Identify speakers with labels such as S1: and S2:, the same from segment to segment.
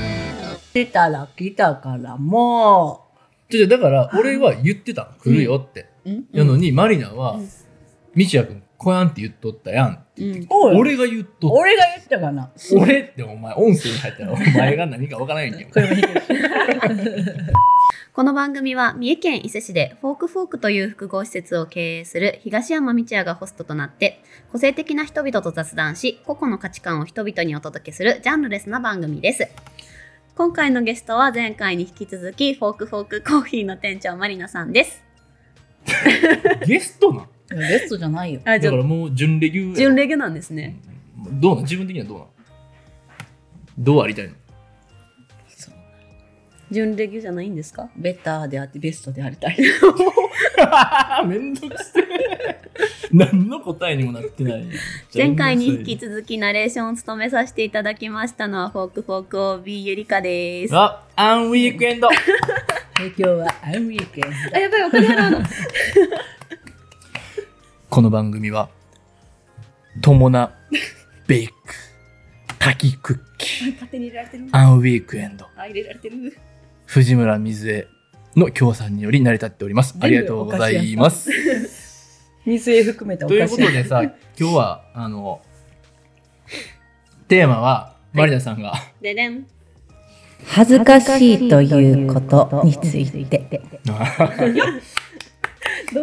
S1: ってたら来たからも
S2: じゃあだから俺は言ってたの来るよって、
S3: うん
S2: やのにマリナは
S3: うん
S2: 「みちやくんこやん」って言っとったやん
S3: うん
S1: う。おい
S2: 俺が言っとっ
S1: 俺が言ったかな。
S2: た俺ってお前音声に入ったらお前が何か分からへんけど
S1: これもいいけど
S3: この番組は三重県伊勢市でフォークフォークという複合施設を経営する東山道也がホストとなって個性的な人々と雑談し個々の価値観を人々にお届けするジャンルレスな番組です今回のゲストは前回に引き続きフォークフォークコーヒーの店長マリナさんです
S2: ゲストなん
S1: ゲストじゃないよ。
S3: あ
S2: だからもう準レギュ
S3: 準レギュなんですね
S2: どうなん自分的にはどうなんどうありたいの
S3: 準レギュじゃないんですか
S1: ベターであってベストでありたい。
S2: めんどくせえ 何の答えにもなってない
S3: 前回に引き続きナレーションを務めさせていただきましたのはフォークフォーク OB ゆりかです
S2: あアンウィークエンド
S1: 今日はアンウィーケン
S3: あやばいお金払うの
S2: この番組は友なベイク滝クッキー
S3: 勝手に入れられてる
S2: アンウィークエンド
S3: あ入れられてる
S2: 藤村瑞恵の協賛により成り立っておりますありがとうございます
S1: ド。水泳含めたお
S2: という
S1: 菓
S2: こ
S1: 子。
S2: とでさ今日はあのテーマはマリナさんが、
S3: ででん
S1: 恥ずかしいということについて。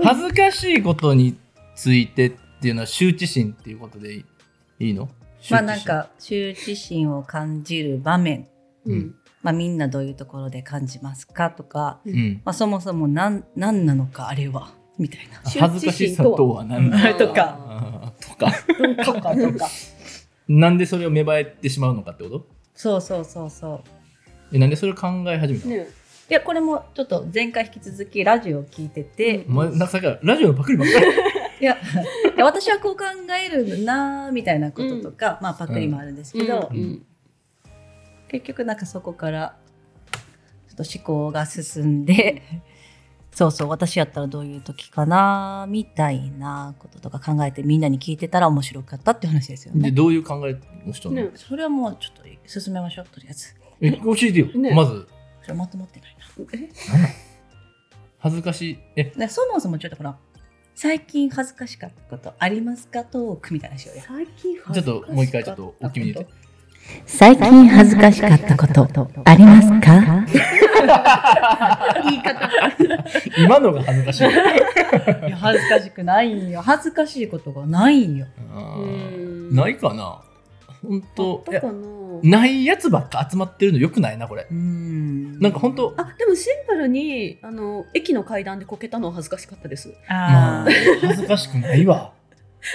S2: 恥ずかしいことについてっていうのは羞恥心っていうことでいいの
S1: まあなん、か羞恥心を感じる場面。
S2: う
S3: うんん
S1: まあみんなどういうところで感じますかとか、
S2: 羞恥心
S1: まあそもそもなん何なのかあれはみたいな。
S2: うん、恥ずかしさとは何な の
S1: あれとか
S2: あーとか
S1: とかとか。
S2: なんでそれを芽生えてしまうのかってこと
S1: そうそうそうそう。
S2: えなんでそれを考え始めたの、
S3: ね
S1: いやこれもちょっと前回引き続きラジオを聞いてて、
S2: お前なんかさっきからラジオのパクリばっかり
S1: いやいや私はこう考えるなーみたいなこととか、まあパクリもあるんですけど、
S2: うん
S1: 結局なんかそこからちょっと思考が進んで そうそう私やったらどういう時かなーみたいなこととか考えてみんなに聞いてたら面白かったっていう話ですよ
S2: で
S1: ね。
S2: どういう考えをしたの、
S3: ね
S1: それはもうちょっと進めましょうとりあえず。
S2: え教えてよ、
S3: ね
S2: まず
S1: それまとまってないな。
S2: 恥ずかしいえ
S1: でそもそもちょっとほら最近恥ずかしかったことありますかトークみたいな話をや
S3: 最近
S2: ちょっともう一回ちょっと大きめに言って
S1: 最
S4: 近恥ずかしかったことありますか
S3: 言い方
S2: 今のが恥ずかしい
S1: いや恥ずかしくないんよ恥ずかしいことがないんよ
S2: あーないかな本当いや
S3: かな
S2: ないやつばっか集まってるのよくないなこれ
S1: うん
S2: なんか本当
S3: あでもシンプルにあの駅の階段でこけたのは恥ずかしかったです
S1: あ
S2: まあ恥ずかしくないわ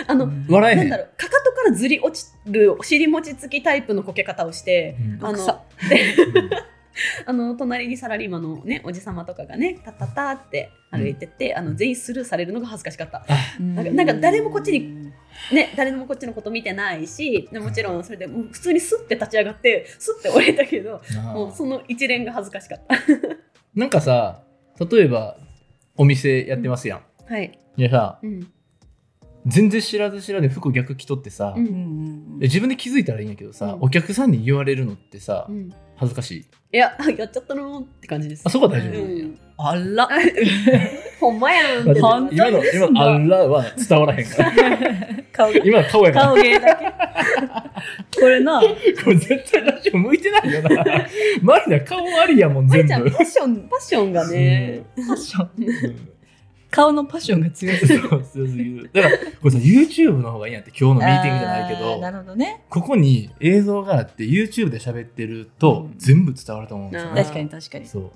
S3: あの、
S2: 笑えへ
S3: なんんだろうかかとからずり落ちるお尻餅つきタイプのこけ方をして
S2: うん
S3: あ
S1: 草
S3: の あの隣にサラリーマンの、ね、おじ様とかがねタタタって歩いてって、あの全員スルーされるのが恥ずかしかった、
S1: な
S3: なんかなんか誰もこっちにね、誰もこっちのこと見てないしでもちろんそれでもう普通にスッて立ち上がってスッて折れたけど
S2: なあ
S3: もうその一連が恥ずかしかった。
S2: なんかさ例えばお店やってますやん、
S3: はい。
S2: いやさ
S3: うん。
S2: 全然知らず知らず服逆着とってさ、
S3: う。
S1: うんん
S2: で自分で気づいたらいいんやけどさ、
S3: うん
S2: お客さんに言われるのってさ、
S3: うん。い
S2: 恥ずかしい
S3: や、 あやっちゃったのーって感じです。
S2: あそこは大
S3: う
S2: 丈夫、
S3: ん。
S1: あら
S3: ほんまやん
S2: だ
S3: っ
S2: って
S3: て。
S1: 本当に
S2: 今の今のあらは伝わらへんから
S1: 顔芸
S2: 今の顔やから
S1: 顔芸だけこれな
S2: これ絶対ラジオ向いてないよな マリナ顔ありやもん
S3: ま
S2: 全部
S3: りちゃん、パッション、パッションがね。
S1: パッション
S2: うん
S1: 顔のパッションが強い
S2: そう強すぎる。だから、これさ、YouTube の方がいいなって、今日のミーティングじゃないけ
S1: あーな
S2: ど、
S1: るほどね
S2: ここに映像があって、YouTube で喋ってると
S1: う、ん
S2: 全部伝わると思うんですよ
S3: あー
S2: ね。
S1: 確かに確かに
S2: そう。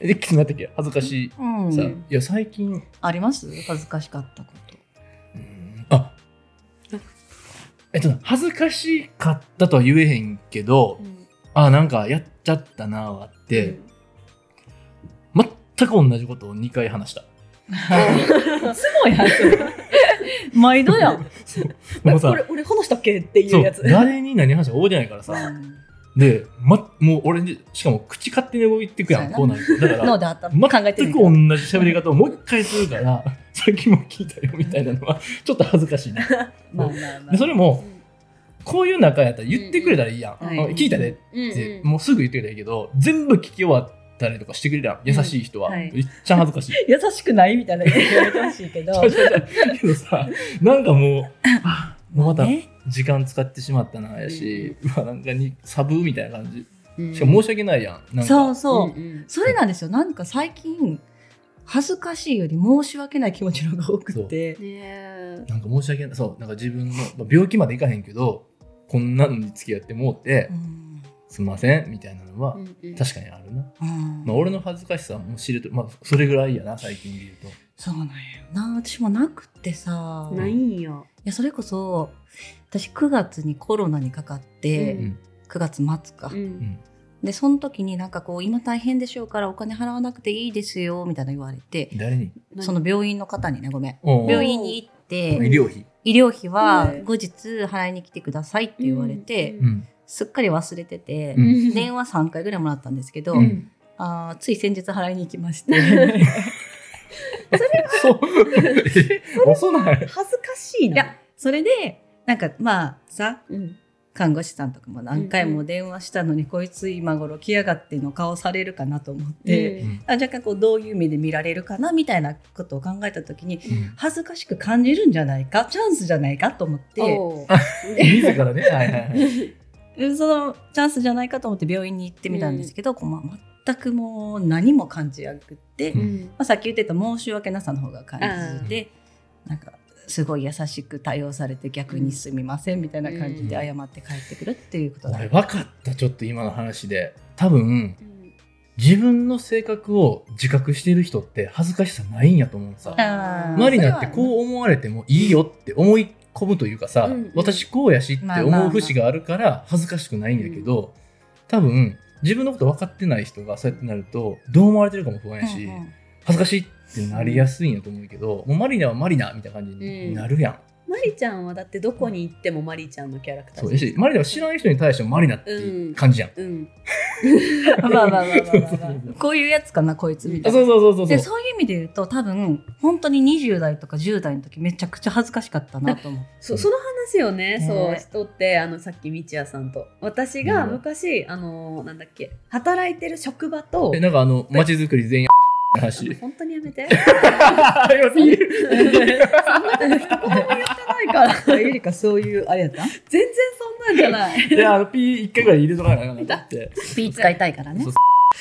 S2: え、きつなったっけ恥ずかしい。
S1: うん
S2: さ、いや、最近、
S1: あります恥ずかしかったこと
S2: うんあえっと、恥ずかしかったとは言えへんけど
S3: う、ん
S2: あ、なんかやっちゃったなはあって、全く同じことを2回 話した。
S1: いつもや毎度やん
S2: もう
S3: こ
S2: さ、
S3: れ、俺話したっけってい
S2: そうう
S3: やつ。
S2: 誰に何話したか覚えてないか らさ、で、ま、もう俺に、しかも口勝手に動いていくやん、こ
S1: そうう
S2: な
S1: や
S2: ると。だか
S1: 脳
S2: ら、
S1: で頭考えてる
S2: 全く同じ喋り方をもう一回するから、 さっきも聞いたよみたいなのは、ちょっと恥ずかしいな。
S1: まあまあま
S2: で
S1: あ
S2: それも、こういう中やったら言ってくれたらいいや
S1: う
S2: ん。
S1: んうんはい
S2: 聞いたで
S3: うんうん
S2: って、もうすぐ言ってくれたらいいけど、全部聞き終わったりとかしてくれるやん。優しい人は。
S1: うんはい
S2: めっちゃ恥ずかしい。
S1: 優しくないみたいな言ってほしいけど
S2: 違う違う違うけどさ、なんかもう、 あもうまた
S1: ね
S2: 時間使ってしまったなやし、まあなんかにサブみたいな感じ。
S3: うん
S2: しかも申し訳ないやん。なんか
S1: そうそう、
S3: うんうん
S1: それなんですよなんか最近恥ずかしいより申し訳ない気持ちの方が多くて
S3: ねえ
S2: なんか申し訳ない。そう、なんか自分の、まあ病気までいかへんけど、こんなのに付き合ってもうて、
S1: うん
S2: すんません、みたいなのは
S3: う、んうん
S2: 確かにあるな。
S1: うん
S2: まあ、俺の恥ずかしさはもう知れてる、まあ、それぐらいやな、最近で言うと。
S1: そうなんやな私もなくってさ
S3: ないんよ。
S1: いやそれこそ私9月にコロナにかかって、
S3: うん
S1: 9月末か、
S3: うん
S1: でその時になんかこう今大変でしょうからお金払わなくていいですよみたいな言われて
S2: 誰に
S1: その病院の方にねごめん
S2: おうおう
S1: 病院に行っ
S2: うん医
S1: て
S2: 療費。
S1: 医療費は
S3: うん
S1: 後日払いに来てくださいって言われて、
S3: うん
S2: うん。
S1: すっかり忘れてて、
S2: うん
S1: 電話3回ぐらいもらったんですけど、
S2: うん
S1: あーつい先日払いに行きまして
S2: そう。え 遅ない。
S3: 恥ずかしい
S1: い
S3: な。
S1: やそれでなんかまあさ
S3: うん
S1: 看護師さんとかも何回も電話したのに、こいつ今頃来やがっての顔されるかなと思って、
S3: うん
S1: あ若干こうどういう目で見られるかなみたいなことを考えた時に
S2: うん
S1: 恥ずかしく感じるんじゃないかチャンスじゃないかと思って
S3: おう
S2: 自らね。はいはいはい。
S1: うんそのチャンスじゃないかと思って病院に行ってみたんですけど、こうまあ全くもう何も感じなくって、
S2: う
S1: ま
S2: ん
S3: うん
S1: あ、さっき言ってた申し訳なさの方が感じて、なんかすごい優しく対応されて逆にすみませんみたいな感じで謝って帰ってくるっていうことだ、
S2: 俺分かった、ちょっと今の話で。多分、自分の性格を自覚してる人って恥ずかしさないんやと思うさ。
S1: あー
S2: マリナってこう思われてもいいよって思い込むというかさ、
S3: うんうん
S2: 私こうやしって
S1: まあまあま
S2: 思う
S1: あ
S2: 節があるから恥ずかしくないんやけど、多分自分のこと分かってない人がそうやってなるとどう思われてるかも不安やし、
S1: うんうん
S2: 恥ずかしいってなりやすいんやと思うけど、もうマリナはマリナみたいな感じになるやん。
S3: マリちゃんはだってどこに行ってもマリちゃんのキャラクター
S2: そうやしマリナは知らない人に対してもマリナっていう感じやん。
S3: うん
S1: まあまあまあまあまあまあ こういうやつかなこいつみた
S2: あ
S1: いな
S2: そうそうそうそ
S1: で
S2: うそう。
S1: そういう意味で言うと多分本当に20代とか10代の時めちゃくちゃ恥ずかしかったなと思って
S3: そその話をね、
S1: ね
S3: そうしとってあのさっきみちやさんと私が昔、あのなんだっけ働いてる職場と
S2: えなんかあの街づくり全員の
S3: あの
S2: 話。
S3: 本当にやめて
S2: あ今ピー
S3: そんなこと一言も言ってないから
S1: ゆりかそういうあれやった
S3: 全然そんなんじゃない
S2: いやあのピー一回ぐらい入れとかなあかんかったって。
S1: ピー使いたいからね
S2: そう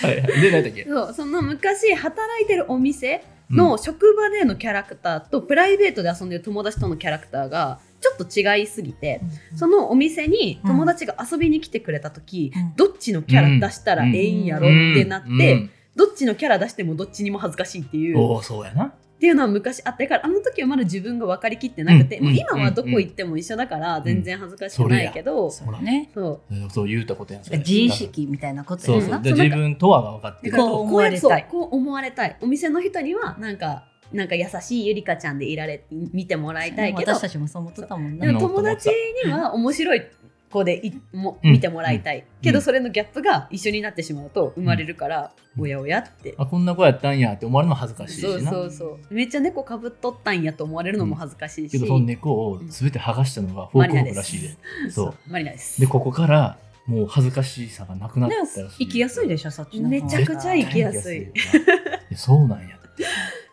S2: はいはい。で何だっけ。
S3: そうその昔働いてるお店の職場でのキャラクターとプライベートで遊んでる友達とのキャラクターがちょっと違いすぎてそのお店に友達が遊びに来てくれた時、
S1: うん
S3: どっちのキャラ出したらええんやろってなって、
S2: うん
S3: どっちのキャラ出してもどっちにも恥ずかしいっていううん
S2: おおそうやな。
S3: っていうのは昔あったからあの時はまだ自分が分かりきってなくて、
S2: うん
S3: もう今はどこ行っても一緒だから全然恥ずかしくないけど、
S1: そうだね
S3: そう
S2: そう言うたことやん。それ
S1: 自意識みたいなこと
S2: そ
S1: や
S2: う
S1: な
S2: そう。
S3: ん
S2: で自分とはが分かって
S3: だ
S2: る。
S3: から
S1: こう思われたい
S3: こうこう思われたいお店の人にはなんかなんか優しいゆりかちゃんでいられ見てもらいたいけど
S1: 私たちもそう思ってたもん
S3: で
S1: ね
S3: も友達には面白い子でいも見てもらいたい、けどそれのギャップが一緒になってしまうと生まれるから、
S2: うん
S3: おやおやって。
S2: あこんな子やったんやって思われるのも恥ずかしいしな。
S3: そうそうそうめっちゃ猫かぶっとったんやと思われるのも恥ずかしいし、
S2: けどその猫を全て剥がしたのがフォークホークらしいで。そう。
S3: マリナです
S2: でここからもう恥ずかしさがなくなった
S1: で
S2: ら
S1: も
S2: し
S1: 行きやすいでしょそっちの方が
S3: めちゃくちゃ行きやすい
S2: 絶対行きやすいよないやそうなんや。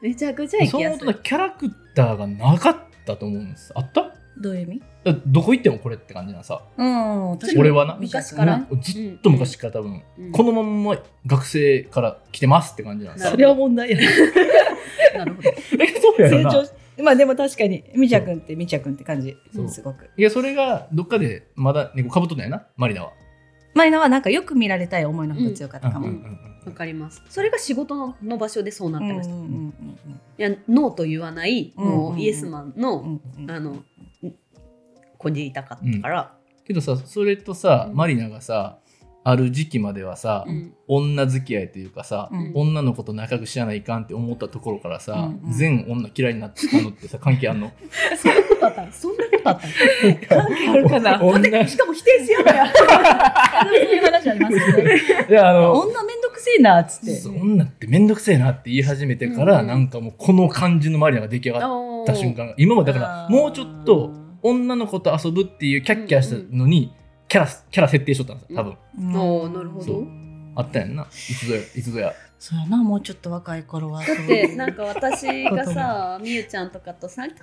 S3: めちゃくちゃ行
S2: そも
S3: きや
S2: そ
S3: す
S2: も
S3: い。
S2: キャラクターがなかったと思うんです。あった？
S1: どういう意味
S2: だどこ行ってもこれって感じなさ。
S1: うん私も
S2: 俺はな。
S1: 昔
S3: から
S2: うんずっと昔から多分、
S3: うん
S2: このまんま学生から来てますって感じなんです
S3: なるほどそれは
S1: 問題や な
S3: なるほど。
S2: えそうやろ
S1: 成
S2: な
S1: 長しまあでも確かにみちゃくんってみちゃくんって感じ
S2: そう
S1: すごく
S2: いやそれがどっかでまだ猫かぶっとったんやなマリナは、
S1: 前のはなんかよく見られたい思いの方が強かったか
S2: うん
S1: も、
S2: う
S1: うんん
S2: うん
S3: わかります。それが仕事の場所でそうなっ
S1: うんう
S3: て
S1: ん
S3: ま
S1: う
S3: した。い
S1: ん
S3: や、ノーと言わない、
S1: うんうんうん
S3: もうイエスマン
S1: う
S3: の、
S1: んうんうん
S3: あの、子でいたかったから。
S2: けどさそれとさ、
S3: うん
S2: マリナがさある時期まではさ、
S3: うん
S2: 女付き合いというかさ、
S1: うん
S2: 女の子と仲良くしやないかんって思ったところからさ、
S1: うんうん
S2: 全女嫌いになってたのってさ関係あ んの
S3: そんなことあったのそんなことあったの
S1: 関係あるかな
S2: 女い
S3: しかも否定しようよ。
S1: そういう話ありますよね。
S2: やあの
S1: 女めんどくせえなっつって。
S2: そう女って面倒くせえなって言い始めてから、
S3: うん
S2: なんかもうこの感じのマリナが出来上がった
S3: おー
S2: 瞬間が今までだからもうちょっと女の子と遊ぶっていうキャッキャしたのに、キャラ、キャラ設定しとったんですよ、多分。
S1: うん
S3: あーなるほど
S1: そう
S2: あったやんな。いつぞや、いつぞや。
S1: そうやなもうちょっと若い頃は
S3: だってなんか私がさみゆちゃんとかとさ可愛いキャー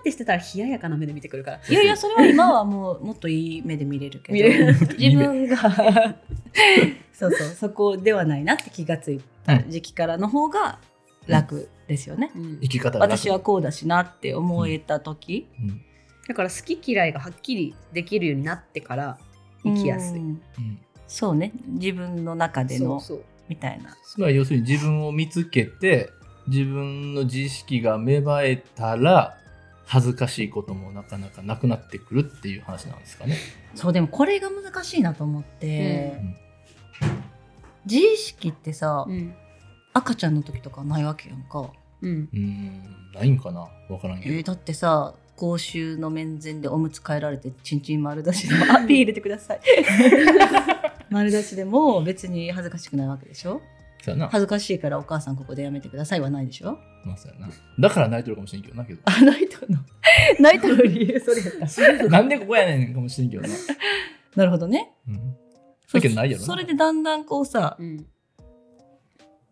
S3: ってしてたら冷ややかな目で見てくるから
S1: いやいやそれは今はもうもっといい目で見れるけど
S3: 見れる
S1: 自分がそうそうそこではないなって気がついた時期からの方が楽ですよね、
S3: うん
S2: 生き方が楽
S1: 私はこうだしなって思えた時、
S2: うん
S3: だから好き嫌いがはっきりできるようになってから
S1: う
S3: 生
S1: ん
S3: きやすい
S2: うん
S1: そうね自分の中で
S3: そ
S1: の
S3: うそう
S1: みたいな
S2: それは要するに自分を見つけて自分の自意識が芽生えたら恥ずかしいこともなかなかなくなってくるっていう話なんですかね。
S1: そうでもこれが難しいなと思って、
S2: うん
S1: 自意識ってさ、
S3: うん
S1: 赤ちゃんの時とかないわけやんか、
S3: うん
S2: うーんないんかなわからんけど。
S1: えーだってさ公衆の面前でおむつ変えられてちんちん丸出しで もあピー入れてください丸出しでも別に恥ずかしくないわけでしょ
S2: そうやな。
S1: 恥ずかしいからお母さんここでやめてくださいはないでしょ
S2: まあそうやな。だから泣いてるかもしれんけどなけど。
S1: あナイトの ナイトの理由それやった
S2: なんでここやねんかもしれんけどな。
S1: なるほどね
S2: うん
S1: そ
S2: だけどないやろな
S1: それでだんだんこうさ
S3: うん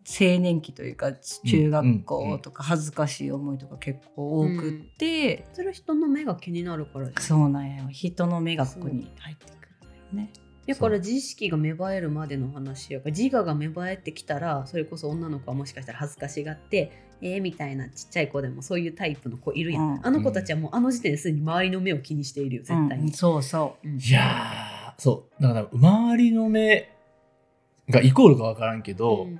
S1: 青年期というか中学校とか恥ずかしい思いとか結構多くって、
S3: それは人の目が気になるからだよ
S1: そうなんや人の目がここに入ってくるんだよね
S3: だから自意識が芽生えるまでの話やから自我が芽生えてきたらそれこそ女の子はもしかしたら恥ずかしがってえー、みたいなちっちゃい子でもそういうタイプの子いるやん、
S1: うん
S3: あの子たちはもうあの時点ですでに周りの目を気にしているよ絶対
S1: うんうん
S3: に、
S1: そうそ
S3: うん
S2: いやーそうだから周りの目がイコールかわからんけど、
S3: うん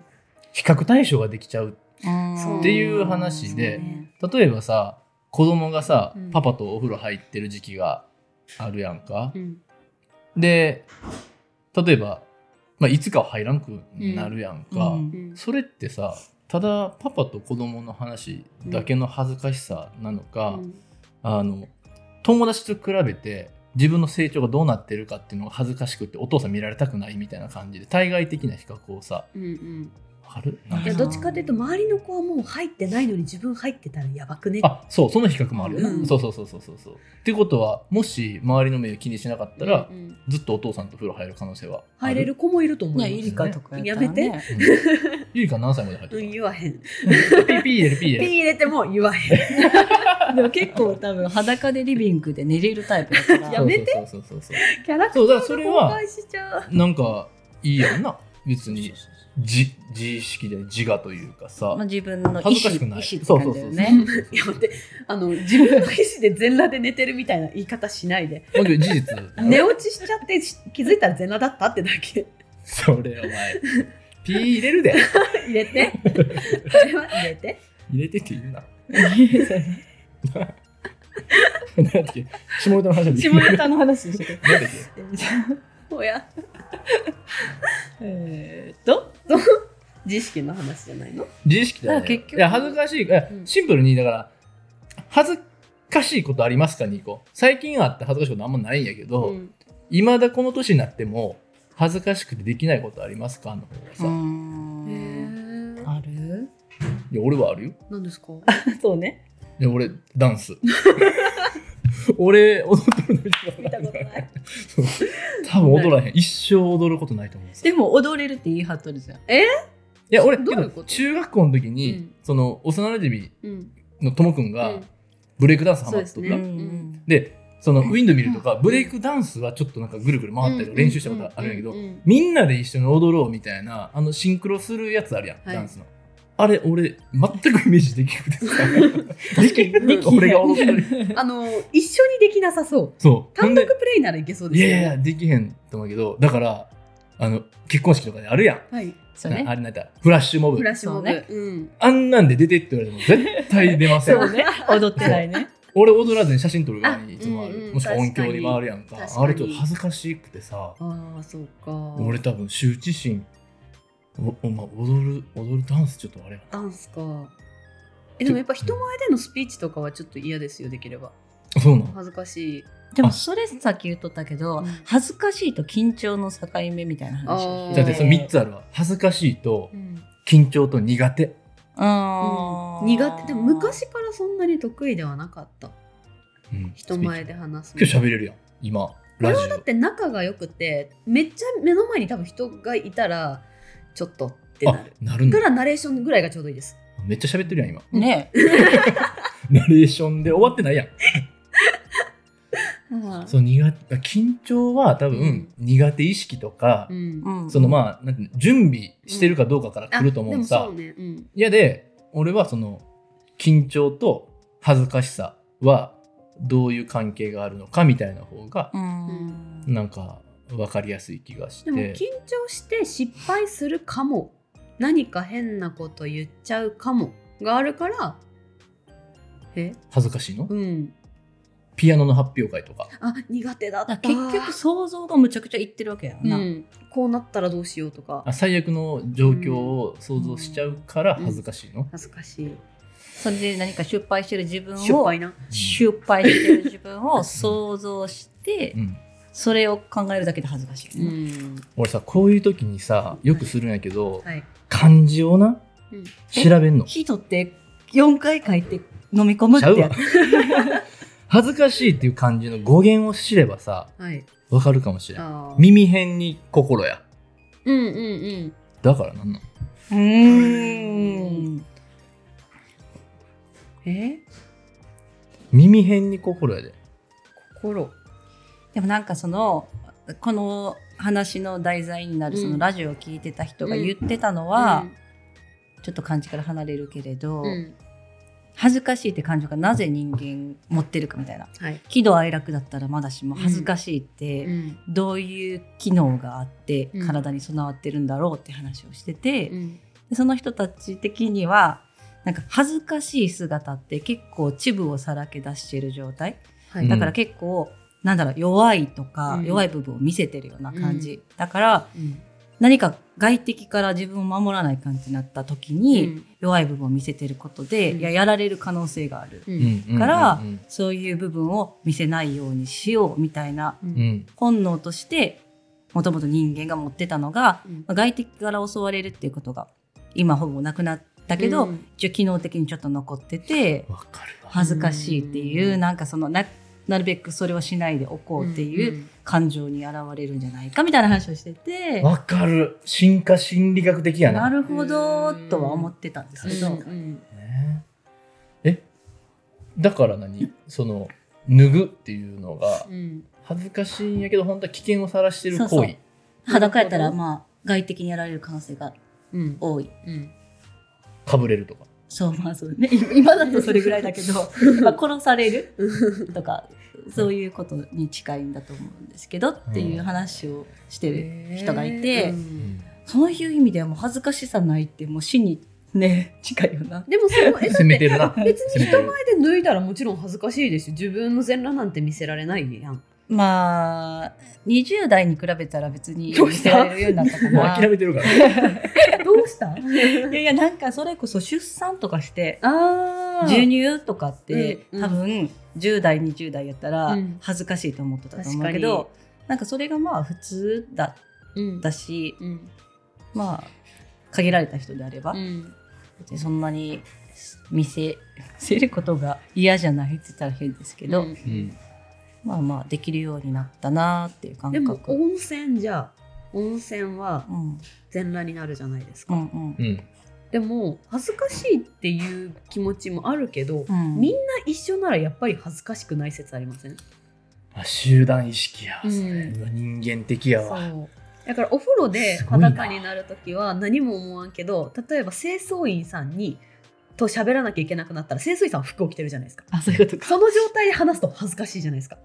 S2: 比較対象ができちゃう
S1: ううん
S2: っていう話で
S1: そうね
S2: 例えばさ子供がさ、
S3: うん
S2: パパとお風呂入ってる時期があるやんか
S3: う、ん
S2: で例えば、まあ、いつかは入らんくなるやんか、
S1: うん
S3: うん
S2: それってさただパパと子供の話だけの恥ずかしさなのか、
S3: うん
S2: あの友達と比べて自分の成長がどうなってるかっていうのが恥ずかしくてお父さん見られたくないみたいな感じで対外的な比較をさ
S3: うんうん
S2: ある
S1: いや
S3: いやどっちかというと周りの子はもう入ってないのに自分入ってたらやばくね
S2: あそうその比較もあるよな、
S3: うん
S2: そうそうそうそうそうそうってことはもし周りの目を気にしなかったら、
S3: うんうん
S2: ずっとお父さんと風呂入る可能性はあ
S3: 入れる子もいると思う
S1: ね、イリカとかやったら、ね、
S3: やめ
S2: うん ゆりか何歳まで入っ
S3: う
S2: て
S3: ん言わへん
S2: たピーピー入れるピー入
S3: ピー
S2: れる
S3: 入れても言わへん
S1: でも結構多分裸でリビングで寝れるタイプだから
S3: やめて
S2: そうそうそうそう
S3: キャラクタ
S2: そうだからそ
S3: ー
S2: れ
S3: の
S2: は
S3: 公開しちゃう
S2: そうなんかいいやんな別
S1: そうそ
S2: に
S1: うそう
S2: 自自意識で自我というかさ
S1: まあ、自分の意思
S2: 恥ずかしく
S1: 意
S2: な
S1: 思
S2: い
S1: って
S2: そう
S1: 感
S2: そう
S1: じだ
S2: そ
S1: よ
S2: う
S1: ね
S3: いや待ってあの自分の意思で全裸で寝てるみたいな言い方しないで
S2: まあけど事実
S3: 寝落ちしちゃってし気づいたら全裸だったってだけ
S2: それお前ピー入れるで
S3: 入れてそれは入れて
S2: 入れてって言うな何だっけ下ネタの話で
S1: 下ネタの話でしょ
S2: 何だっけ
S3: おや
S1: えーっと
S3: 自意識の話じゃないの
S2: 自意識だ,、ね、
S1: だから結局
S2: いや恥ずかしいいや
S3: うん
S2: シンプルにだから恥ずかしいことありますかに行こう最近あって恥ずかしいことあんまないんやけど
S3: ん
S2: いま、未だこの年になっても恥ずかしくてできないことありますかの方がさ、
S1: うー
S2: い
S1: ん
S3: へ
S1: ある
S2: や俺はあるよ
S3: 何ですか
S1: そうね
S2: いや俺ダンス 俺踊ってるの
S3: 見たことない
S2: 多分踊らへん一生踊ることないと思うんですよ
S1: でも踊れるって言い張っとるじゃん
S2: いや俺
S3: どういうこと
S2: けど中学校の時に、
S3: うん
S2: その幼馴染
S3: うん
S2: のともくんが、
S3: うん
S2: ブレイクダンスハマっと
S3: そ
S2: っ
S3: う
S2: た
S3: ですね
S1: うん
S2: でそのウィンドミルとかブレイクダンスはちょっとなんかぐるぐる回ったりとか練習したことあるんやけど
S3: うんうん
S2: みんなで一緒に踊ろうみたいなあのシンクロするやつあるやん、
S3: はい
S2: ダンスのあれ俺全くイメージできなくてさでき
S3: 確かにできない
S2: 俺が踊ってる
S3: あの一緒にできなさそう
S2: そう
S3: 単
S2: ほ
S3: 独
S2: んで
S3: プレイならいけそうで
S2: い
S3: すよ
S2: やいやできへんと思うけどだからあの結婚式とかであるやん、
S3: はい
S1: そうね
S2: なあれなんだフラッシュモブ
S3: フラッシュモブ
S1: そうね
S3: うん
S2: あんなんで出てって言われても絶対出ません
S1: そうね 踊ってないね
S2: 俺踊らずに写真撮る側にいつもある、
S3: あうんうん
S2: もしくは音響に回るやんか
S3: 確かに
S2: あれちょっと恥ずかしくてさ
S3: ああそうか
S2: 俺多分羞恥心おお前踊る踊るダンスちょっとあれや
S3: ダンスかえでもやっぱ人前でのスピーチとかはちょっと嫌ですよできれば
S2: なそうなの
S3: 恥ずかしい
S1: でもそれさっき言っとったけど、
S3: うん
S1: 恥ずかしいと緊張の境目みたいな話を
S3: あー
S2: だってそ
S1: て
S2: れ3つあるわ恥ずかしいと
S3: うん
S2: 緊張と苦手
S1: あー
S3: 苦手でも昔からそんなに得意ではなかった
S2: うん
S3: 人前で話すの
S2: 今日喋れるやん今ラジ
S3: だっ
S2: オ
S3: て仲が良くてめっちゃ目の前に多分人がいたらちょっとってな
S2: あ
S3: る
S2: なるんだ
S3: からナレーションぐらいがちょうどいいです
S2: めっちゃ喋ってるやん今
S1: ね
S2: ナレーションで終わってないやん
S3: はい
S2: そう苦手緊張は多分苦手意識とか、
S3: うん
S1: うん
S2: そのまあなんていうの準備してるかどうかから
S3: あ
S2: 来ると思うのさ、
S3: でもそうね、うん、
S2: いやで俺はその緊張と恥ずかしさはどういう関係があるのかみたいな方が
S1: うん
S2: なんか分かりやすい気がし
S3: でも
S2: て
S3: 緊張して失敗するかも何か変なこと言っちゃうかもがあるからえ
S2: 恥ずかしいの、
S3: うん
S2: ピアノの発表会とか
S3: あ苦手だった
S1: だから結局想像がむちゃくちゃいってるわけやん
S3: う
S1: な、
S3: ん、こうなったらどうしようとか
S2: あ最悪の状況を想像しちゃうから
S3: うん
S2: 恥ずかしいの、
S3: 恥ずかしい
S1: それで何か失敗してる自分
S3: 失
S1: を
S3: 敗な
S1: 失敗してる自分を想像して
S2: うん
S1: それを考えるだけで恥ずかしい、
S3: うん
S2: 俺さこういう時にさよくするんやけど、
S3: はい
S2: 漢字をな
S3: うん
S2: 調べんの
S1: 人って4回書いて飲み込むっ
S2: ちゃう
S1: て
S2: わ 恥ずかしいっていう漢字の語源を知ればさ
S3: はい
S2: わかるかもしれん
S3: あー
S2: 耳辺に心や
S3: うんうんうん
S2: だからなんなん
S1: うーん
S3: え
S2: 耳辺に心やで
S3: 心
S1: でもなんかそのこの話の題材になるそうの
S3: ん
S1: ラジオを聞いてた人が言ってたのは、ちょっと漢字から離れるけれど、
S3: うんうん
S1: 恥ずかしいって感情がなぜ人間持ってるかみたいな
S3: はい
S1: 喜怒哀楽だったらまだしも
S3: うん
S1: 恥ずかしいっ
S3: う
S1: て
S3: ん
S1: どういう機能があって
S3: うん
S1: 体に備わってるんだろうって話をしてて、
S3: うん
S1: でその人たち的にはなんか恥ずかしい姿って結構チブをさらけ出してる状態
S3: はい
S1: だから結構、なんだろう弱いとか、
S3: うん
S1: 弱い部分を見せてるような感じ、だから
S3: うん
S1: 何か外敵から自分を守らない感じになった時に、弱い部分を見せてることで、
S3: うん
S1: いややられる可能性がある、
S3: う
S2: うんんうん
S1: から
S2: うん
S1: そういう部分を見せないようにしようみたいな
S3: う
S2: うんん
S1: 本能としてもともと人間が持ってたのが
S3: うん
S1: まあ外敵から襲われるっていうことが今ほぼなくなったけど、
S3: うん
S1: 一応機能的にちょっと残ってて
S2: わかるわ
S1: 恥ずかしいっていう、
S3: うん
S1: なんかそのななるべくそれをしないでおこうっていう
S3: うん
S1: 感情に現れるんじゃないかみたいな話をしてて、
S2: わかる進化心理学的やな
S1: なるほどとは思ってたんですけど、
S3: うん
S2: ねえだから何その脱ぐっていうのが
S3: うん
S2: 恥ずかしいんやけど本当は危険をさらしてる行為
S1: そうそう裸やった
S3: な
S1: ら
S3: るほ
S1: まあ外敵にやられる可能性が
S3: うん
S1: 多い。
S3: うん
S2: かぶれるとか
S1: そうまあそうね、今だとそれぐらいだけどまあ殺されるとかそういうことに近いんだと思うんですけどっていう話をしてる、人がいて
S3: うん
S1: そういう意味ではもう恥ずかしさないってもう死にね近いよな
S3: でもそれはえだっ
S2: 攻め
S3: て
S2: てるな
S3: 別
S2: 攻
S3: に人
S2: めてる
S3: 前で脱いだらもちろん恥ずかしいですし自分の全裸なんて見せられないやん
S1: まあ20代に比べたら別に見せられるようになったか
S2: もう
S1: な
S2: 諦めてるから
S3: どうした
S1: いやいやなんかそれこそ出産とかして
S3: あ
S1: 授乳とかって、
S3: うんう
S1: 多
S3: ん
S1: 分10代20代やったら
S3: うん
S1: 恥ずかしいと思ってたと思うけど、
S3: 確
S1: なんかそれがまあ普通だ
S3: うん
S1: ったし
S3: うん
S1: まあ限られた人であれば、
S3: うん
S1: 別にそんなに見せ せることが嫌じゃないって言ったら変ですけど、
S2: うん
S1: まあまあできるようになったなっていう感
S3: でも
S1: 覚。
S3: 温泉じゃ温泉は
S1: うん
S3: 全裸になるじゃないです
S1: う
S3: か、
S1: んうん
S2: うん
S3: でも恥ずかしいっていう気持ちもあるけど、
S1: う
S3: み
S1: ん
S3: んな一緒ならやっぱり恥ずかしくない説ありません
S2: あ集団意識やわそれ
S3: う
S2: うわ人間的やわ
S3: そうだからお風呂です
S2: ごいな
S3: 裸になる時は何も思わんけど例えば清掃員さんにと喋らなきゃいけなくなったら清掃員さんは服を着てるじゃないですか
S1: あそういうことか。
S3: その状態で話すと恥ずかしいじ ゃないですか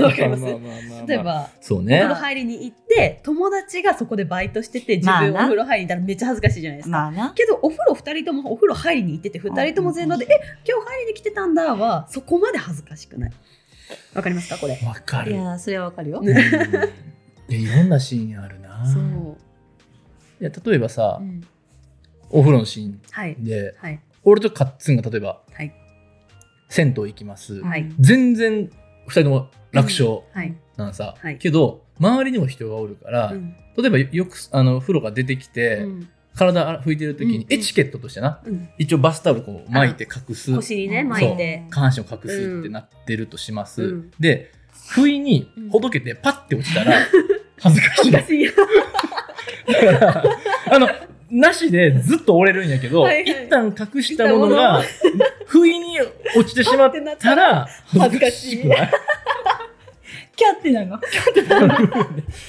S3: わかり
S2: ま
S3: ます
S2: あまあまあまあ
S3: 例えば
S2: そう
S3: お
S2: ね
S3: 風呂入りに行って友達がそこでバイトしてて自
S1: まあな
S3: 分お風呂入りに行ったらめっちゃ恥ずかしいじゃないですか、
S1: まあな。
S3: けどお風呂2人ともお風呂入りに行ってて2人とも全裸で「え今日入りに来てたんだ」はそこまで恥ずかしくないわかりますかこれ
S2: わか
S1: い
S2: る
S1: やーそれはわかるよ。
S2: うんいやいろんなシーンあるな
S3: そう、
S2: いや例えばさ、
S3: うん、
S2: お風呂のシーン
S3: はい
S2: で
S3: はい
S2: 俺とカッツンが例えば、
S3: はい
S2: 銭湯行きます、
S3: はい
S2: 全然2人とも楽勝
S3: はい、
S2: なのさ、
S3: はい
S2: けど周りにも人がおるから、
S3: うん
S2: 例えばよくあの風呂が出てきて、
S3: うん
S2: カ体拭いてる時に
S3: うん
S2: エチケットとしてな、
S3: うん
S2: 一応バスタオルこう巻いて隠す
S3: 腰にね巻いて
S2: 下半身を隠すってなってるとします、
S3: うん
S2: で不意にほどけてパッて落ちたら恥ずかしい だ
S3: しいよ
S2: からあのなしでずっと折れるんやけど、
S3: はいはい
S2: 一旦隠したものが不意に落ちてしまっ
S3: パッてなったた
S2: ら
S3: 恥ずかし
S2: 恥
S3: い
S2: ずくない
S1: キャってなの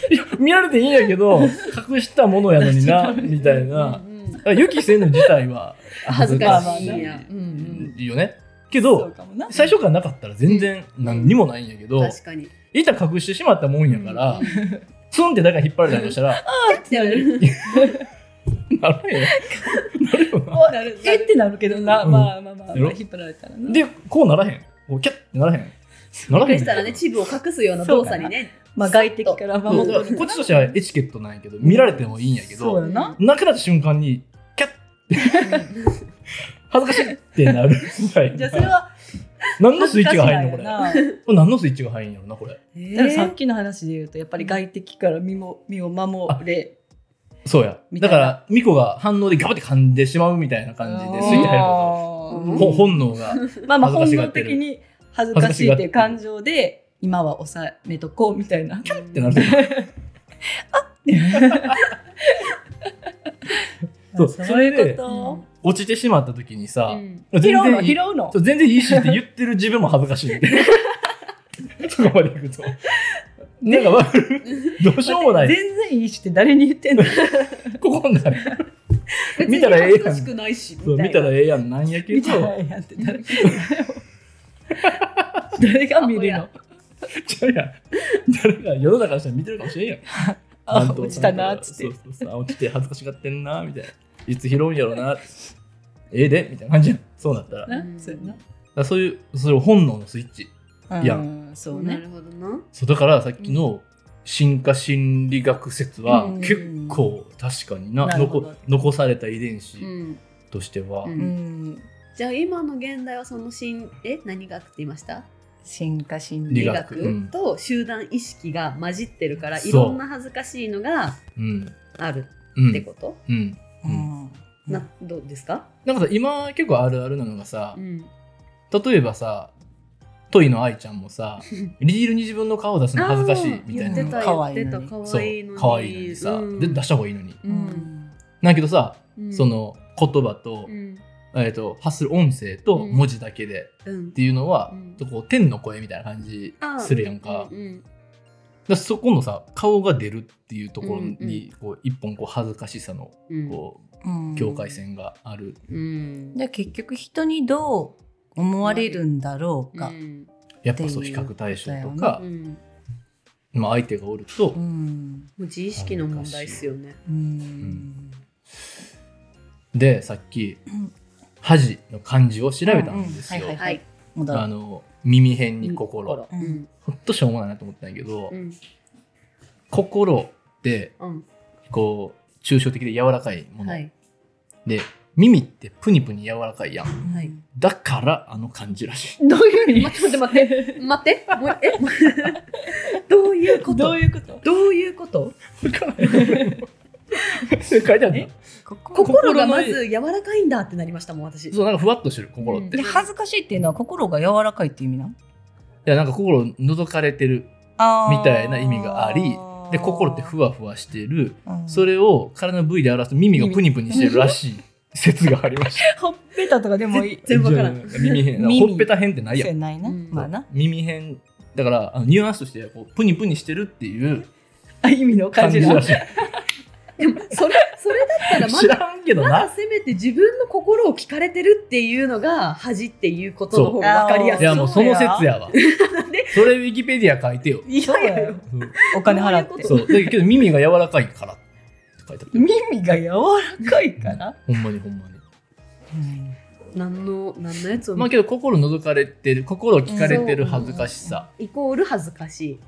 S2: いや見られていいんやけど隠したものやのになみたいな予期せぬ事態は
S3: 恥ずかしい
S1: 恥ず
S3: な、うんうん、
S2: いいよねけ
S1: そ
S2: ど
S1: うかもな
S2: 最初からなかったら全然何にもないんやけど
S3: 確かに
S2: 板隠してしまったもんやから
S3: うん
S2: ツンってだから引っ張られたとしたらなるやんなるよな
S1: なるえってなるけどな、
S2: うん
S1: まあまあまあ、まあ
S2: やろ
S1: 引っ張られたらな
S2: でこうならへんこうキャッてならへんならへん
S3: したらね、チブを隠すような動作にね、
S1: まあ外敵から
S2: そう
S1: 守
S2: だ
S1: る
S2: からこっちとしてはエチケットなんやけど見られてもいいんやけ
S1: そ
S2: ど
S1: うだな
S2: なくなった瞬間にキャッて恥ずかしいってなるみたいな
S1: じゃあそれは
S2: 何のスイッチが入るのこれ
S1: 恥ず かしいんやろな
S2: これ何のスイッチが入るんやろなこれ
S3: え
S1: だからさっきの話で言うとやっぱり外敵から身も身を守れ
S2: そうや
S1: みた
S2: だ
S1: いな
S2: からミコが反応でガバって噛んでしまうみたいな感じでスイッチ入るこ
S1: あ
S2: と
S1: ー
S3: うん
S2: ほ本能が
S1: まあまあ
S2: 恥
S1: 本
S2: ずかしが
S1: 能
S2: ってる
S1: 的に恥ずかしいっていう感情で今は抑めとこうみたいな。
S2: って な る そうそれで
S1: こと
S2: 落ちてしまった時にさ、
S3: うん
S1: 拾
S2: 全
S1: うの
S2: 然いい
S1: 拾うの
S2: そう全然いいしって言ってる自分も恥ずかしいみたい なそこまでいくとなんかわかるどうしようもない
S1: 全然いいしって誰に言ってんの
S2: ここになる
S3: 別に
S2: 見たらええやん
S3: 恥ずかしくないし、
S2: そう見たら
S3: え
S2: ええやんなんやけ
S1: 見
S2: ど
S1: てないやんって誰誰が見るの
S2: ちゃうやん誰が世の中の人は見てるかもしれんやん
S1: あ
S2: なんと
S1: 落ちたなっつって
S2: そうそうそうあ落ちて恥ずかしがってんなみたいないつ拾うんやろなええでみたいな感じやんそうなったらだか
S1: なそうや
S2: らそういうそれを本能のスイッチ
S1: ない
S2: や
S1: うんそう
S3: な
S1: ね
S3: るほどな。
S2: そうだからさっきの進化心理学説は
S3: うん
S2: 結構確かにな
S1: なるほど
S2: 残残された遺伝
S3: う
S2: 子
S3: ん、
S2: としては、
S3: うん
S1: うん
S3: じゃあ今の現代はその新え何学って言いました
S1: 進化心
S2: 理
S1: 理
S2: 学うん
S3: と集団意識が混じってるから、
S2: そう
S3: いろんな恥ずかしいのが
S2: うん
S3: ある
S2: うん
S3: ってこと、
S2: うん
S1: うん
S3: などうですか、
S2: なんかさ今結構あるあるなのがさ、
S3: ん、
S2: 例えばさトイの愛ちゃんもさリールに自分の顔を出すの恥ずかしいみたい
S3: 言
S2: な
S3: って
S2: の
S3: た
S2: が
S1: 可
S3: 言っ
S1: 愛い
S3: て
S1: の
S3: た
S1: に
S3: 可
S2: そう
S3: 愛いのに
S2: 可愛いのにさ、
S3: うん
S2: で出した方がいいのに
S1: う
S3: うん
S1: ん
S2: なんやけどさ、その言葉と,、
S3: うん
S2: えー、と発する音声と
S3: うん
S2: 文字だけで
S3: うん
S2: っていうのは、
S3: うん
S2: こう天の声みたいな感じ
S3: あ
S2: するやんか,、
S3: うんうん
S2: そこのさ顔が出るっていうところ
S3: うん
S2: にこう一本こう恥ずかしさの
S3: うん
S2: こ
S1: うん
S2: う境界線がある、
S3: うん
S1: じゃあ結局人にどう思われるんだろうか、
S3: うん
S2: やっぱそう比較対象と
S1: だ
S2: か
S3: う、んも
S2: まあ、相手がおると
S1: うん
S3: う自意識の問題っすよね
S1: うん
S2: でさっき
S1: ん
S2: 「恥」の漢字を調べたんですよ
S1: うんうん。
S3: はい
S1: 戻ろ
S2: あ
S1: う
S2: の耳辺に心、
S1: う
S3: うんん
S2: ほっとしょうもないなと思ったんやけど、
S3: うん
S2: 心って
S3: うん
S2: こう抽象的で柔らかいもの、
S3: はい
S2: で耳ってプニプニ柔らかいやん
S3: はい
S2: だからあの感じらしい
S1: どういう意
S3: 待って待って待って待ってもうえもう どういうこと
S1: どういうこと
S3: どういうこと
S2: 分からへん書いてあった
S1: え心
S3: 心が
S2: の
S3: まず柔らかいんだってなりましたもん私
S2: そうなんかふわっとしてる心って、
S3: うん
S2: い
S1: で恥ずかしいっていうのは心が柔らかいっていう意味なん
S2: やなんか心覗かれてる
S1: あー
S2: みたいな意味がありで心ってふわふわしてる
S1: うん
S2: それを体の部位で表すと耳がプニプニしてるらしい説がありまし た
S1: ほっぺたとかでもいい
S3: 全然わからん
S2: じゃあ耳辺
S1: 耳
S2: ほっぺた辺ってないやん
S1: せないな、
S3: うん
S1: まあな
S2: 耳辺だからあのニュアンスとしてこうプニプニしてるっていう
S1: あ意味の感
S2: 感
S1: じ
S2: じ
S1: だ
S2: らしい
S3: でもそれそれだったらま
S2: 知
S3: だ
S2: らんけど
S3: まだ
S2: な
S3: せめて自分の心を聞かれてるっていうのが恥っていうことの方が分かりや
S1: あ
S2: い
S3: すい。
S2: やもうその説やわそれウィキペディア書いてよ
S3: い
S1: そう
S3: や
S1: や
S3: いや
S1: よお金払
S3: ど
S1: っ
S3: ういう
S1: て
S2: そうだけど耳が柔らかいからって書いてあっ
S1: 耳が柔らかいから、
S2: たほんまにほんまに
S3: 何の何のやつを
S2: まあけど心覗かれてる心を聞かれてる恥ずかしさ
S3: イコール恥ずかしい。